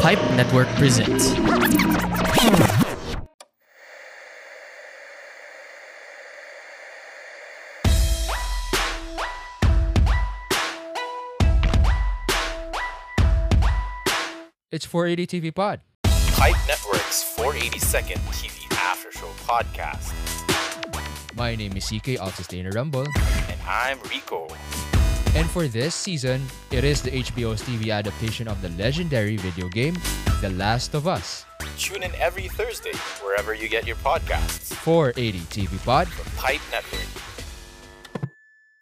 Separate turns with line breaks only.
Pipe Network presents.
It's 480 TV Pod.
Pipe Network's 482nd TV After Show podcast.
My name is CK of Sustainer Rumble,
And I'm Rico.
and for this season, it is the HBO's TV adaptation of the legendary video game The Last of Us.
Tune in every Thursday wherever you get your podcasts.
480 TV Pod,
Pipe Network.